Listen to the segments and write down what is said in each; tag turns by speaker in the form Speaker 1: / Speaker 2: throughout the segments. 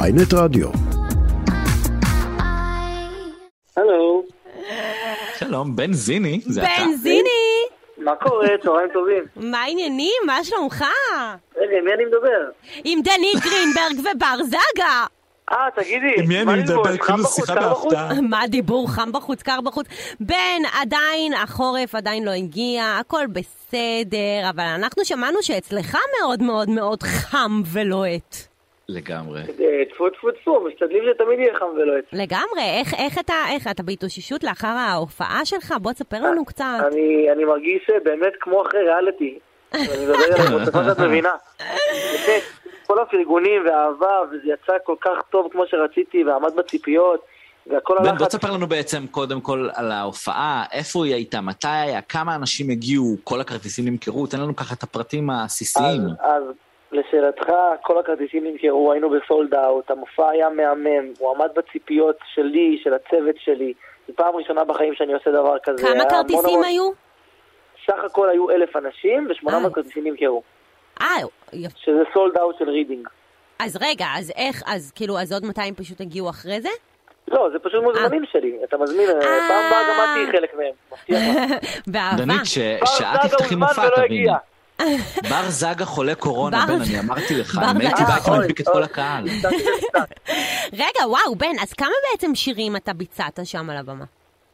Speaker 1: ויינט רדיו.
Speaker 2: הלו,
Speaker 3: שלום, בנזיני, זה אתה.
Speaker 4: בנזיני!
Speaker 2: מה קורה? צהריים טובים.
Speaker 4: מה העניינים? מה שלומך?
Speaker 2: רגע, עם מי אני מדבר?
Speaker 4: עם דני גרינברג ובר זגה!
Speaker 2: אה, תגידי,
Speaker 3: עם מי אני
Speaker 2: מה ללמוד?
Speaker 3: מדבר?
Speaker 2: קר
Speaker 3: כאילו
Speaker 2: בחוץ,
Speaker 3: שיחה
Speaker 2: קר בחוץ? אה,
Speaker 3: בהפתעה.
Speaker 4: מה דיבור חם בחוץ, קר בחוץ. בן, עדיין החורף עדיין לא הגיע, הכל בסדר, אבל אנחנו שמענו שאצלך מאוד מאוד מאוד חם ולוהט.
Speaker 3: לגמרי.
Speaker 2: אה, טפו טפו טפו, משתדלים שתמיד יהיה חם ולא יצא.
Speaker 4: לגמרי, איך, איך אתה, איך אתה בהתאוששות לאחר ההופעה שלך? בוא תספר לנו קצת.
Speaker 2: אני, אני מרגיש אה, באמת כמו אחרי ריאליטי. אני מדבר על המוצאות שאת מבינה. באמת, כל הפרגונים והאהבה, וזה יצא כל כך טוב כמו שרציתי, ועמד בציפיות, והכל
Speaker 3: בן, בוא
Speaker 2: הלחץ.
Speaker 3: תספר לנו בעצם קודם כל על ההופעה, איפה היא הייתה, מתי היה, כמה אנשים הגיעו, כל הכרטיסים נמכרו, תן לנו ככה את הפרטים הבסיסיים.
Speaker 2: אז- אז לשאלתך, כל הכרטיסים נמכרו, היינו בסולד אאוט, המופע היה מהמם, הוא עמד בציפיות שלי, של הצוות שלי. זו פעם ראשונה בחיים שאני עושה דבר כזה. היה
Speaker 4: כמה
Speaker 2: המון
Speaker 4: כרטיסים
Speaker 2: המון-
Speaker 4: היו?
Speaker 2: סך הכל היו אלף אנשים
Speaker 4: אה.
Speaker 2: ו-800 כרטיסים נמכרו,
Speaker 4: אה, יפה.
Speaker 2: שזה סולד אאוט של רידינג.
Speaker 4: אז רגע, אז איך, אז כאילו, אז עוד 200 פשוט הגיעו אחרי זה?
Speaker 2: לא, זה פשוט מוזמנים שלי, אתה מזמין, אה,
Speaker 4: אה.
Speaker 2: פעם הבאה גם את תהיי חלק מהם, מבטיח לך.
Speaker 4: באהבה.
Speaker 3: דנית, אה, שאת
Speaker 2: בר זגה
Speaker 3: תפתחי
Speaker 2: הוזמן
Speaker 3: מופע,
Speaker 2: ולא
Speaker 3: תביני.
Speaker 2: הגיע.
Speaker 3: בר זגה חולה קורונה,
Speaker 4: בר-
Speaker 3: בן, אני אמרתי לך,
Speaker 4: בר
Speaker 3: אם הייתי
Speaker 4: זגה.
Speaker 3: בא, הייתי
Speaker 2: אוי,
Speaker 3: מדביק את
Speaker 2: אוי.
Speaker 3: כל הקהל.
Speaker 4: רגע, וואו, בן, אז כמה בעצם שירים אתה ביצעת שם על הבמה?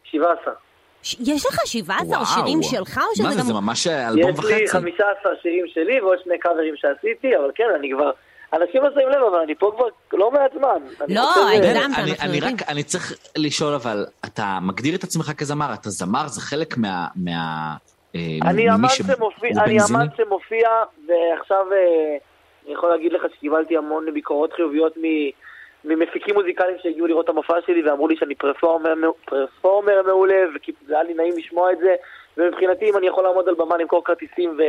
Speaker 2: 17.
Speaker 4: ש- יש לך 17
Speaker 3: וואו.
Speaker 4: שירים שלך, או שזה
Speaker 3: מה זה,
Speaker 4: גם...
Speaker 3: זה ממש אלבום
Speaker 2: יש לי
Speaker 3: וחצי.
Speaker 2: 15 שירים שלי ועוד שני קאברים שעשיתי, אבל כן, אני כבר... אנשים לא שמים לב, אבל אני פה כבר לא מעט זמן. אני
Speaker 4: לא,
Speaker 2: חושב-
Speaker 4: אני-
Speaker 3: בן,
Speaker 4: הגזמת,
Speaker 3: אני-
Speaker 4: אנחנו
Speaker 3: אני
Speaker 4: יודעים.
Speaker 3: רק, אני צריך לשאול, אבל אתה מגדיר את עצמך כזמר, אתה זמר, זה חלק מה... מה- אה,
Speaker 2: אני
Speaker 3: ממי
Speaker 2: אמן
Speaker 3: ש-
Speaker 2: שמופיע,
Speaker 3: הוא
Speaker 2: אני
Speaker 3: בנזיני?
Speaker 2: אמן שמופיע, ועכשיו אה, אני יכול להגיד לך שקיבלתי המון ביקורות חיוביות מ- ממפיקים מוזיקליים שהגיעו לראות את המופע שלי ואמרו לי שאני פרפורמר, מע- פרפורמר מעולה, וזה היה לי נעים לשמוע את זה, ומבחינתי אם אני יכול לעמוד על במה למכור כרטיסים ו...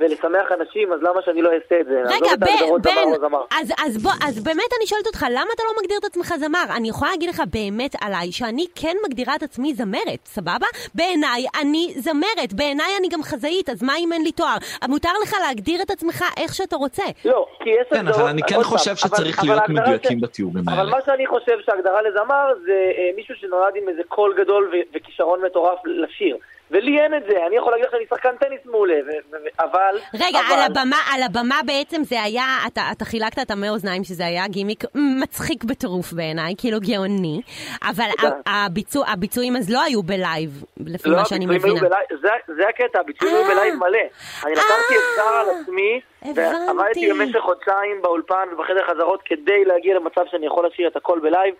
Speaker 2: ולשמח אנשים, אז למה שאני לא אעשה את זה? לעזוב
Speaker 4: רגע,
Speaker 2: את ההגדרות
Speaker 4: בן,
Speaker 2: זמר או
Speaker 4: בן,
Speaker 2: זמר.
Speaker 4: אז, אז בוא, אז באמת אני שואלת אותך, למה אתה לא מגדיר את עצמך זמר? אני יכולה להגיד לך באמת עליי, שאני כן מגדירה את עצמי זמרת, סבבה? בעיניי אני זמרת, בעיניי אני גם חזאית, אז מה אם אין לי תואר? מותר לך להגדיר את עצמך איך שאתה רוצה.
Speaker 2: לא, כי יש
Speaker 3: כן, אבל אני כן
Speaker 2: עוד פעם,
Speaker 3: חושב שצריך
Speaker 2: אבל-
Speaker 3: להיות
Speaker 2: אבל ההגדרה
Speaker 3: מדויקים
Speaker 2: ש-
Speaker 3: בתיאורים
Speaker 2: אבל
Speaker 3: האלה.
Speaker 2: מה שאני חושב שההגדרה לזמר זה אה, מישהו שנולד עם איזה קול גדול ו- וכישרון מטורף לשיר. ולי אין את זה, אני יכול להגיד לך שאני שחקן טניס מעולה, ו- ו- ו- אבל...
Speaker 4: רגע,
Speaker 2: אבל-
Speaker 4: על הבמה, על הבמה בעצם זה היה, אתה, אתה חילקת את המי אוזניים שזה היה גימיק מצחיק בטירוף בעיניי, כאילו גאוני, אבל
Speaker 2: תודה.
Speaker 4: ה- הביצוע, הביצועים אז לא היו בלייב, לפי
Speaker 2: לא,
Speaker 4: מה שאני
Speaker 2: הביצועים היו
Speaker 4: מבינה.
Speaker 2: בלייב- זה- זה הקטע, הביצועים היו
Speaker 4: אה.
Speaker 2: בלייב מלא. אני לקחתי אתגר על עצמי,
Speaker 4: הבנתי.
Speaker 2: ועבדתי במשך חודשיים באולפן ובחדר חזרות כדי להגיע למצב שאני יכול לשיר את הכל בלייב,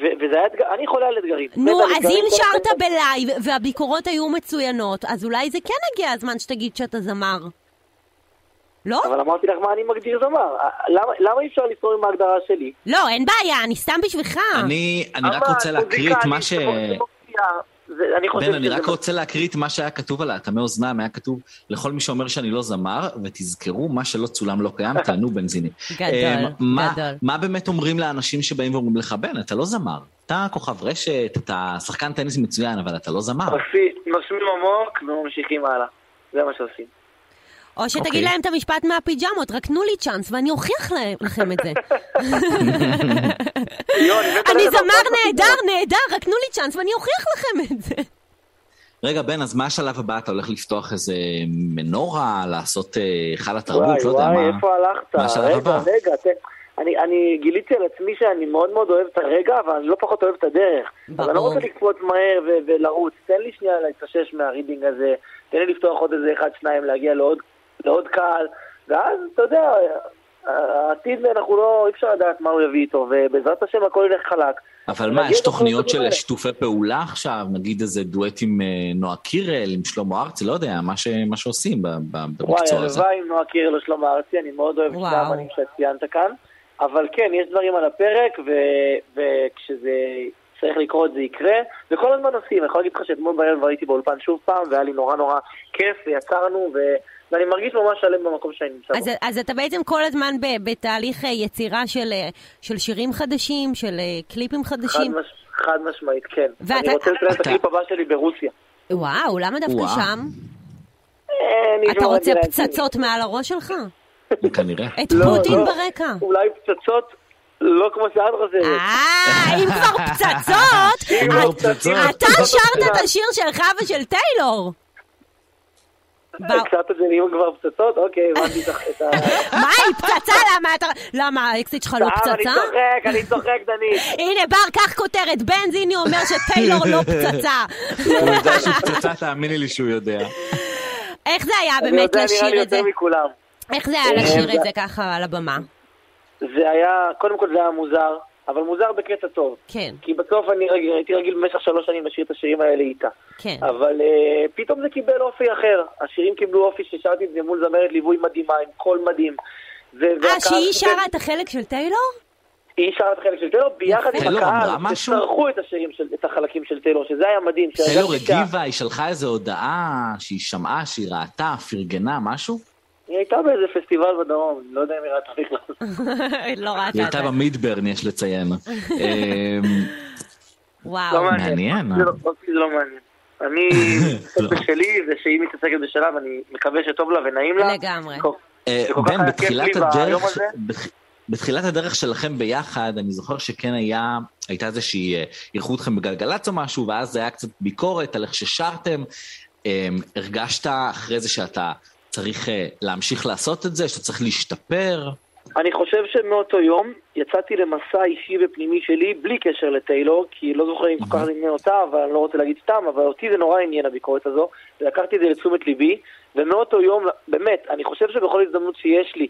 Speaker 2: ו- וזה היה אתגר, אני חולה על אתגרים.
Speaker 4: נו,
Speaker 2: מת על
Speaker 4: אז
Speaker 2: אתגרים,
Speaker 4: אם
Speaker 2: כל החיים.
Speaker 4: שרת בלייב והביקורות היו מצוינות, אז אולי זה כן הגיע הזמן שתגיד שאתה זמר. לא?
Speaker 2: אבל אמרתי לך מה אני מגדיר זמר. למה- למה אי אפשר לפעול עם ההגדרה שלי?
Speaker 4: לא, אין בעיה, אני סתם בשבילך.
Speaker 3: אני, אני רק
Speaker 2: אבל
Speaker 3: רוצה להקריא את מה ש...
Speaker 2: מוזיקלית, זה מופיע, זה- אני חושב
Speaker 3: בן, אני
Speaker 2: שזה
Speaker 3: רק רוצה להקריא את מה שהיה כתוב על האטמי אוזניים, היה כתוב לכל מי שאומר שאני לא זמר, ותזכרו, מה שלא צולם לא קיים, תענו בנזיני.
Speaker 4: גדול,
Speaker 3: אמ, מה-
Speaker 4: גדול.
Speaker 3: מה באמת אומרים לאנשים שבאים ואומרים לך, בן, אתה לא זמר, אתה כוכב רשת, אתה שחקן טניס מצוין, אבל אתה לא זמר.
Speaker 2: עושים- נושמים עמוק וממשיכים הלאה. זה מה שעושים.
Speaker 4: או שתגיד
Speaker 3: אוקיי.
Speaker 4: להם את המשפט מהפיג'מות, רק תנו לי צ'אנס ואני אוכיח להם- לכם את זה.
Speaker 2: יואו, אני מת
Speaker 4: אני
Speaker 2: עליך,
Speaker 4: זמר
Speaker 2: הכל
Speaker 4: נהדר, נהדר, רק תנו לי צ'אנס ואני אוכיח לכם את זה.
Speaker 3: רגע, בן, אז מה השלב הבא? אתה הולך לפתוח איזה מנורה, לעשות אה, היכל
Speaker 2: וואי,
Speaker 3: התרבות, לא יודע
Speaker 2: וואי,
Speaker 3: מה.
Speaker 2: איפה הלכת?
Speaker 3: מה השלב
Speaker 2: רגע,
Speaker 3: הבא?
Speaker 2: רגע, ת- אני, אני גיליתי על עצמי שאני מאוד מאוד אוהב את הרגע, אבל אני לא פחות אוהב את הדרך. אז אני לא
Speaker 4: ברור.
Speaker 2: רוצה לקפוץ מהר ו- ולרוץ. תן לי שנייה להתאושש מהרידינג הזה, תן לי לפתוח עוד איזה אחד, שניים, להגיע לעוד, לעוד קהל, ואז, אתה יודע, העתיד, אנחנו לא, אי אפשר לדעת מה הוא יביא איתו, ובעזרת השם הכל ילך חלק.
Speaker 3: אבל מה,
Speaker 2: נגיד
Speaker 3: יש
Speaker 2: את
Speaker 3: תוכניות
Speaker 2: הדברים
Speaker 3: של
Speaker 2: האלה.
Speaker 3: שיתופי פעולה עכשיו? נגיד איזה דואט עם אה, נועה קירל, עם שלמה ארצי, לא יודע, מה ש- מה שעושים ב- ב-
Speaker 2: וואי,
Speaker 3: במקצוע הזה.
Speaker 2: הלוואי אם נועה קירל או שלמה ארצי, אני מאוד אוהב את שני
Speaker 4: וואו.
Speaker 2: האמנים שציינת כאן. אבל כן, יש דברים על הפרק, ו- וכשזה צריך לקרות זה יקרה. וכל הזמן עושים, אני יכול להגיד לך שאתמול בערב כבר הייתי באולפן שוב פעם, והיה לי נורא נורא כיף, ויצרנו, ו- ואני מרגיש ממש שלם במקום שאני נמצא
Speaker 4: אז,
Speaker 2: בו.
Speaker 4: אז אתה בעצם כל הזמן ב, בתהליך אה, יצירה של, אה, של שירים חדשים, של אה, קליפים
Speaker 2: חד,
Speaker 4: חדשים.
Speaker 2: מש- חד משמעית, כן.
Speaker 4: ואתה-
Speaker 2: אני רוצה לציין את
Speaker 3: אתה-
Speaker 2: הקליפ הבא שלי ברוסיה.
Speaker 4: וואו, למה דווקא
Speaker 3: וואו.
Speaker 4: שם?
Speaker 2: אה, אני
Speaker 4: אתה
Speaker 2: אשמור על
Speaker 4: רוצה
Speaker 2: זה לעצמי.
Speaker 4: פצצות מעל הראש שלך?
Speaker 3: כנראה.
Speaker 4: את
Speaker 2: לא,
Speaker 4: פוטין
Speaker 2: לא.
Speaker 4: ברקע.
Speaker 2: אולי פצצות לא כמו שאת חושבת.
Speaker 4: אה, אם כבר פצצות,
Speaker 3: אם
Speaker 4: אז
Speaker 3: כבר פצצות.
Speaker 4: אתה שרת את השיר שלך ושל טיילור. ב-
Speaker 2: קצת את זה לאמא כבר פצצות? אוקיי, הבנתי את ה- את ה...
Speaker 4: מה, היא פצצה? למה אתה... למה, האקסיט שלך לא
Speaker 2: סתם, אה, אני
Speaker 4: פצצה?
Speaker 2: צוחק, אני צוחק, דנית.
Speaker 4: הנה, בר, קח כותרת. בנזיני אומר שטיילור לא פצצה.
Speaker 2: לא.
Speaker 3: הוא יודע שהוא פצצה, תאמיני לי שהוא יודע.
Speaker 4: איך זה היה
Speaker 2: אני
Speaker 4: באמת
Speaker 2: יודע, נראה לי
Speaker 4: לשיר את זה?
Speaker 2: יותר מכולם.
Speaker 4: איך זה היה לשיר
Speaker 2: אה,
Speaker 4: את זה ככה על הבמה?
Speaker 2: זה היה, קודם כל זה היה מוזר, אבל מוזר בקטע טוב.
Speaker 4: כן,
Speaker 2: כי בסוף אני רג- הייתי רגיל במשך שלוש שנים לשיר את השירים האלה איתה.
Speaker 4: כן.
Speaker 2: אבל אה, פתאום זה קיבל אופי אחר. השירים קיבלו אופי ששרתי את זה מול זמרת ליווי מדהימה, עם קול מדהים. ו-
Speaker 4: אה,
Speaker 2: והקהל-
Speaker 4: שהיא
Speaker 2: ו-
Speaker 4: שרה את החלק של טיילור?
Speaker 2: היא שרה את החלק של טיילור ביחד
Speaker 3: יפה,
Speaker 2: עם
Speaker 3: לא,
Speaker 2: הקהל,
Speaker 3: אמרה משהו.
Speaker 2: שצרחו את השירים של, את החלקים של טיילור, שזה היה מדהים.
Speaker 3: טיילור
Speaker 2: שהרגשתי שה-
Speaker 3: הגיבה, היא שלחה איזו הודעה שהיא שמעה, שהיא ראתה, פרגנה, משהו?
Speaker 2: היא הייתה באיזה פסטיבל בדרום, אני לא יודע אם היא ראתה בכלל.
Speaker 4: לא ראתה
Speaker 3: היא
Speaker 4: את זה.
Speaker 3: הייתה במידברן, יש לציין. אמ,
Speaker 4: וואו.
Speaker 2: לא מעניין. אותי
Speaker 3: מעניין.
Speaker 2: זה לא- אותי זה לא מעניין. אני,
Speaker 3: לא.
Speaker 2: זה שלי, זה שהיא מתעסקת בשלה, ואני מקווה שטוב לה ונעים לה.
Speaker 4: לגמרי.
Speaker 2: טוב.
Speaker 3: אה,
Speaker 2: שכל כך
Speaker 3: בן,
Speaker 2: היה
Speaker 3: בתחילת
Speaker 2: כיף לי ביום
Speaker 3: הדרך,
Speaker 2: הזה.
Speaker 3: בתח- בתחילת הדרך שלכם ביחד, אני זוכר שכן היה, הייתה איזושהי, אה, אירחו אתכם בגלגלצ או משהו, ואז זה היה קצת ביקורת על איך ששרתם. אה, הרגשת אחרי זה שאתה צריך אה, להמשיך לעשות את זה, שאתה צריך להשתפר?
Speaker 2: אני חושב שמאותו יום יצאתי למסע אישי ופנימי שלי, בלי קשר לטיילור, כי לא זוכר אם כל כך עניין אותה, אבל אני לא רוצה להגיד סתם, אבל אותי זה נורא עניין הביקורת הזו, ולקחתי את זה לתשומת ליבי, ומאותו יום, באמת, אני חושב שבכל הזדמנות שיש לי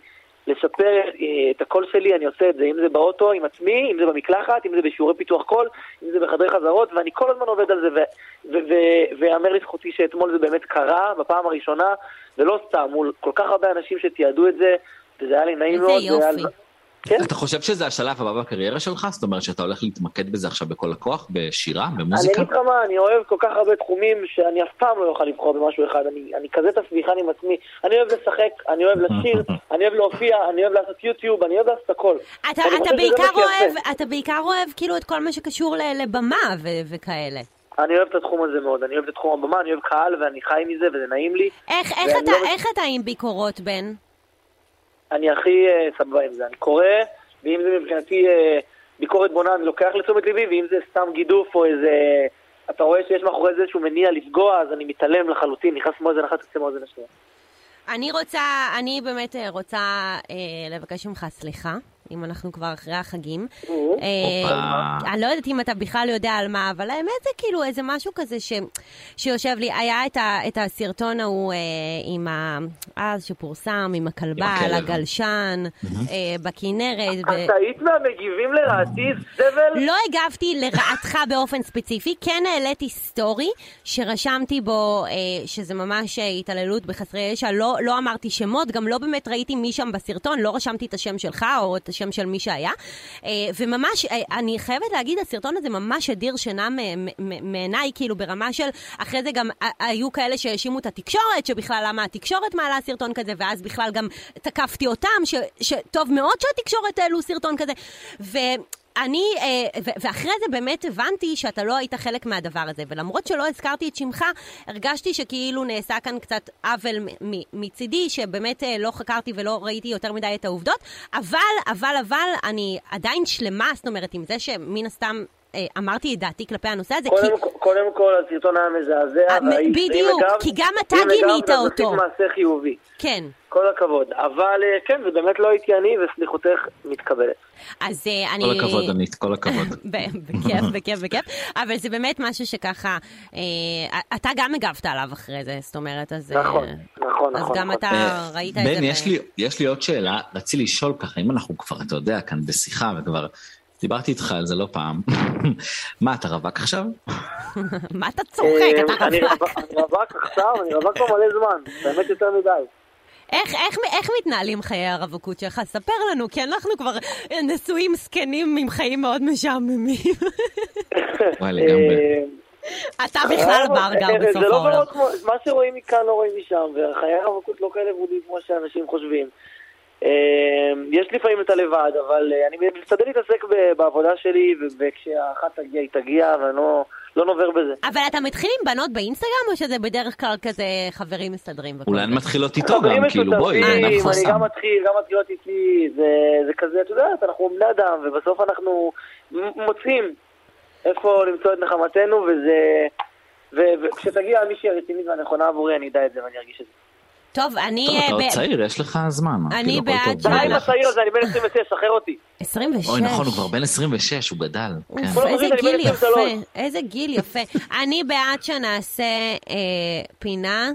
Speaker 2: לספר אה, את הקול שלי, אני עושה את זה, אם זה באוטו, עם עצמי, אם זה במקלחת, אם זה בשיעורי פיתוח קול, אם זה בחדרי חזרות, ואני כל הזמן עובד על זה, ו- ו- ו- ויאמר לזכותי שאתמול זה באמת קרה, בפעם הראשונה, ולא סתם, מול כל כך הרבה אנשים שתיעדו את זה, וזה היה לי נעים
Speaker 4: איזה
Speaker 2: מאוד. זה היה-
Speaker 4: יופי.
Speaker 2: כן,
Speaker 3: אתה חושב שזה השלב הבא בקריירה שלך? זאת אומרת שאתה הולך להתמקד בזה עכשיו בכל הכוח, בשירה,
Speaker 2: אני
Speaker 4: לא-
Speaker 3: במוזיקה?
Speaker 2: אגיד לך מה, אני אוהב כל כך הרבה תחומים שאני אף פעם לא אוכל לבחור במשהו אחד, אני, אני כזה תסביכן עם עצמי, אני אוהב לשחק, אני אוהב לשיר, אני אוהב להופיע, אני אוהב לעשות יוטיוב, אני אוהב לעשות הכל.
Speaker 4: אתה,
Speaker 2: ואני חושב
Speaker 4: אתה,
Speaker 2: שזה לא מה
Speaker 4: בעיקר
Speaker 2: שיפה.
Speaker 4: אוהב, אתה בעיקר אוהב כאילו את כל מה שקשור ל- לבמה ו- וכאלה.
Speaker 2: אני אוהב את התחום הזה מאוד, אני אוהב את תחום הבמה, אני אוהב קהל ואני חי מזה וזה נעים לי.
Speaker 4: איך, איך,
Speaker 2: ואני
Speaker 4: אתה,
Speaker 2: לא-
Speaker 4: איך אתה עם ביקורות, בן?
Speaker 2: אני הכי אה, סבבה עם זה, אני קורא, ואם זה מבחינתי אה, ביקורת בונה, אני לוקח לתשומת ליבי, ואם זה סתם גידוף או איזה... אתה רואה שיש מאחורי זה איזשהו מניע לפגוע, אז אני מתעלם לחלוטין, נכנס מאוזן אחת, יוצא מאוזן השנייה.
Speaker 4: אני רוצה, אני באמת אה, רוצה אה, לבקש ממך סליחה, אם אנחנו כבר אחרי החגים. אה,
Speaker 3: הופה.
Speaker 4: אני לא יודעת אם אתה בכלל יודע על מה, אבל האמת זה כאילו איזה משהו כזה ש, שיושב לי. היה את, ה, את הסרטון ההוא אה, עם ה... אז שפורסם, עם
Speaker 3: עם
Speaker 4: הכלבה,
Speaker 3: הכלב.
Speaker 4: על הגלשן, אה, בכנרת. ו-
Speaker 2: את היית אה, מהמגיבים לרעתי, זבל?
Speaker 4: לא הגבתי לרעתך באופן ספציפי, כן העליתי סטורי שרשמתי בו אה, שזה ממש אה, התעללות בחסרי ישע, לא, לא אמרתי שמות, גם לא באמת ראיתי מי שם בסרטון, לא רשמתי את השם שלך או את השם של מי שהיה, אה, וממש, אה, אני חייבת להגיד, הסרטון הזה ממש הדיר שינה מ- מ- מ- מעיניי, כאילו ברמה של, אחרי זה גם אה, היו כאלה שהאשימו את התקשורת, שבכלל למה התקשורת מעלה סרטון כזה, ואז בכלל גם תקפתי אותם, ש- שטוב מאוד שהתקשורת העלו סרטון כזה, ו... אני, אה, ו- ואחרי זה באמת הבנתי שאתה לא היית חלק מהדבר הזה, ולמרות שלא הזכרתי את שמך, הרגשתי שכאילו נעשה כאן קצת עוול מ- מ- מצידי, שבאמת אה, לא חקרתי ולא ראיתי יותר מדי את העובדות, אבל, אבל, אבל, אני עדיין שלמה, זאת אומרת, עם זה שמן הסתם אה, אמרתי את דעתי כלפי הנושא הזה, כי...
Speaker 2: קודם, כל- קודם כל, הסרטון היה מזעזע.
Speaker 4: אה, מ-
Speaker 2: והאיש-
Speaker 4: בדיוק,
Speaker 2: אם הגבת-
Speaker 4: כי גם אתה
Speaker 2: אם הגבת,
Speaker 4: גינית
Speaker 2: אז
Speaker 4: אותו.
Speaker 2: עשית מעשה חיובי.
Speaker 4: כן.
Speaker 2: כל הכבוד. אבל אה, כן, זה באמת לא הייתי אני, וסליחותך מתקבלת.
Speaker 4: אז אה, אני...
Speaker 3: כל הכבוד, עמית, כל הכבוד.
Speaker 4: ב- בכיף, בכיף, בכיף. אבל זה באמת משהו שככה, אה, אתה גם הגבת עליו אחרי זה, זאת אומרת, אז... אה,
Speaker 2: נכון, נכון,
Speaker 4: אז
Speaker 2: נכון.
Speaker 4: גם
Speaker 2: נכון.
Speaker 4: אתה
Speaker 3: אה,
Speaker 4: ראית את זה.
Speaker 3: בן,
Speaker 4: ב-
Speaker 3: יש לי- יש לי עוד שאלה, רציתי לשאול ככה, אם אנחנו כבר, אתה יודע, כאן בשיחה וכבר... דיברתי איתך על זה לא פעם. מה, אתה רווק עכשיו?
Speaker 4: אה, מה אתה צוחק? אתה
Speaker 2: אה, אני
Speaker 4: רווק.
Speaker 2: רווק- אני רווק עכשיו, אני רווק כבר מלא זמן. באמת יותר מדי.
Speaker 4: איך- איך איך מתנהלים חיי הרווקות שלך? ספר לנו, כי אנחנו כבר נשואים זקנים עם חיים מאוד משעממים.
Speaker 3: וואי, לגמרי.
Speaker 2: אה,
Speaker 4: אתה בכלל בר
Speaker 2: אה,
Speaker 4: גר
Speaker 2: אה,
Speaker 4: בסוף
Speaker 2: זה לא
Speaker 4: העולם.
Speaker 2: מאוד כמו, מה שרואים מכאן לא רואים משם, וחיי הרווקות לא כאלה ורודים כמו שאנשים חושבים. אה, יש לפעמים את הלבד, אבל אה, אני משתדל להתעסק ב- בעבודה שלי, ו- וכשהאחת תגיע היא תגיע, ואני לא... לא נובר בזה.
Speaker 4: אבל אתה מתחיל עם בנות באינסטגרם, או שזה בדרך כלל כזה חברים מסדרים? וכל
Speaker 3: אולי
Speaker 4: זה?
Speaker 3: הן מתחילות איתו גם, כאילו, בואי,
Speaker 4: אה,
Speaker 3: אין
Speaker 2: אני
Speaker 3: אף חסם.
Speaker 2: גם מתחיל, גם מתחילות איתי, זה- זה כזה, את יודעת, אנחנו בני אדם, ובסוף אנחנו מ- מוצאים איפה למצוא את נחמתנו, וזה... ו- וכשתגיע מישהי הרצינית והנכונה עבורי, אני אדע את זה ואני ארגיש את זה.
Speaker 4: טוב, אני...
Speaker 3: טוב,
Speaker 4: אה,
Speaker 3: אתה עוד
Speaker 4: ב-
Speaker 3: צעיר, יש לך זמן.
Speaker 4: אני
Speaker 3: כאילו, הכל טוב,
Speaker 4: בעד ש-
Speaker 2: די
Speaker 3: בלי
Speaker 2: עם
Speaker 3: לחץ.
Speaker 2: הצעיר הזה, אני בן 26, שחרר אותי.
Speaker 4: 26.
Speaker 3: אוי, נכון, הוא כבר בן 26, הוא גדל. כן.
Speaker 4: אוף,
Speaker 2: כל
Speaker 4: איזה
Speaker 2: הדברים האלה
Speaker 4: גיל
Speaker 2: בעצם שלוש.
Speaker 4: יפה, איזה גיל יפה. אני בעד שנעשה אה, פינה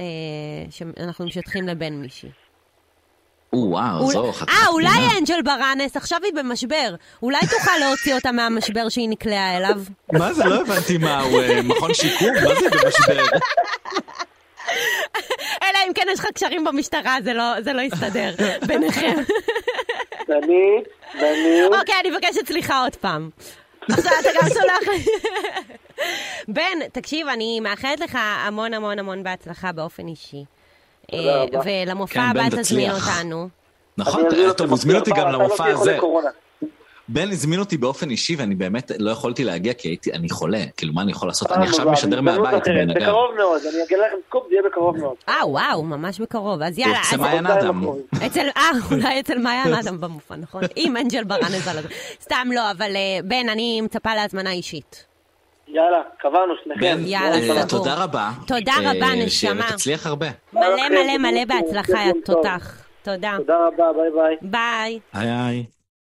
Speaker 4: אה, שאנחנו משטחים לבן מישהי.
Speaker 3: או, וואו,
Speaker 4: אול-
Speaker 3: זו אחת.
Speaker 4: אה, אולי אנג'ל ברנס, עכשיו היא במשבר. אולי תוכל להוציא אותה מהמשבר שהיא נקלעה אליו?
Speaker 3: מה זה, לא הבנתי מה, הוא אה, מכון שיקום? מה זה במשבר?
Speaker 4: אלא אם כן יש לך קשרים במשטרה, זה לא- זה לא יסתדר ביניכם.
Speaker 2: דנית, דנית,
Speaker 4: אוקיי, אני מבקשת סליחה עוד פעם. עכשיו אתה גם שולח... בן, תקשיב, אני מאחלת לך המון המון המון בהצלחה באופן אישי.
Speaker 2: תודה
Speaker 4: אה,
Speaker 2: רבה.
Speaker 4: ולמופע
Speaker 3: כן, בן,
Speaker 4: הבא תזמין
Speaker 3: תצליח.
Speaker 4: אותנו.
Speaker 3: נכון,
Speaker 2: אני אביא לו
Speaker 3: אתה
Speaker 2: את
Speaker 3: מוזמין אותי
Speaker 2: המפתח,
Speaker 3: גם
Speaker 2: אתה לא
Speaker 3: למופע
Speaker 2: תהיה חולה
Speaker 3: הזה.
Speaker 2: קורונה.
Speaker 3: בן הזמין אותי באופן אישי, ואני באמת לא יכולתי להגיע, כי הייתי, אני חולה. כאילו, מה אני יכול לעשות? אני
Speaker 2: פעם
Speaker 3: עכשיו
Speaker 2: הבאה,
Speaker 3: משדר
Speaker 2: בהזדמנות
Speaker 3: מהבית,
Speaker 2: אה, אחרת.
Speaker 3: בן אגב.
Speaker 2: בקרוב מאוד, אני אגלה לכם סקופ, זה יהיה בקרוב מאוד. לא
Speaker 4: אה, וואו, ממש בקרוב. אז יאללה, אז
Speaker 3: אצל מעיין
Speaker 2: חודשיים
Speaker 3: אדם.
Speaker 2: אחרונים.
Speaker 4: אצל, אה, אולי אצל מעיין אדם במופע, נכון? עם אנג'ל ברנס על הזה. סתם לא, אבל אה, בן, אני מצפה להזמנה אישית.
Speaker 2: יאללה, קבענו שניכם.
Speaker 3: בן,
Speaker 4: יאללה,
Speaker 3: אה,
Speaker 4: סגור.
Speaker 3: תודה רבה.
Speaker 4: תודה
Speaker 3: אה,
Speaker 4: רבה, נשמה.
Speaker 3: שתצליח הרבה.
Speaker 4: מלא מלא מלא בהצלחה, יא תותח. תודה.
Speaker 2: תודה רבה, ביי ביי.
Speaker 4: ביי.
Speaker 3: היי היי.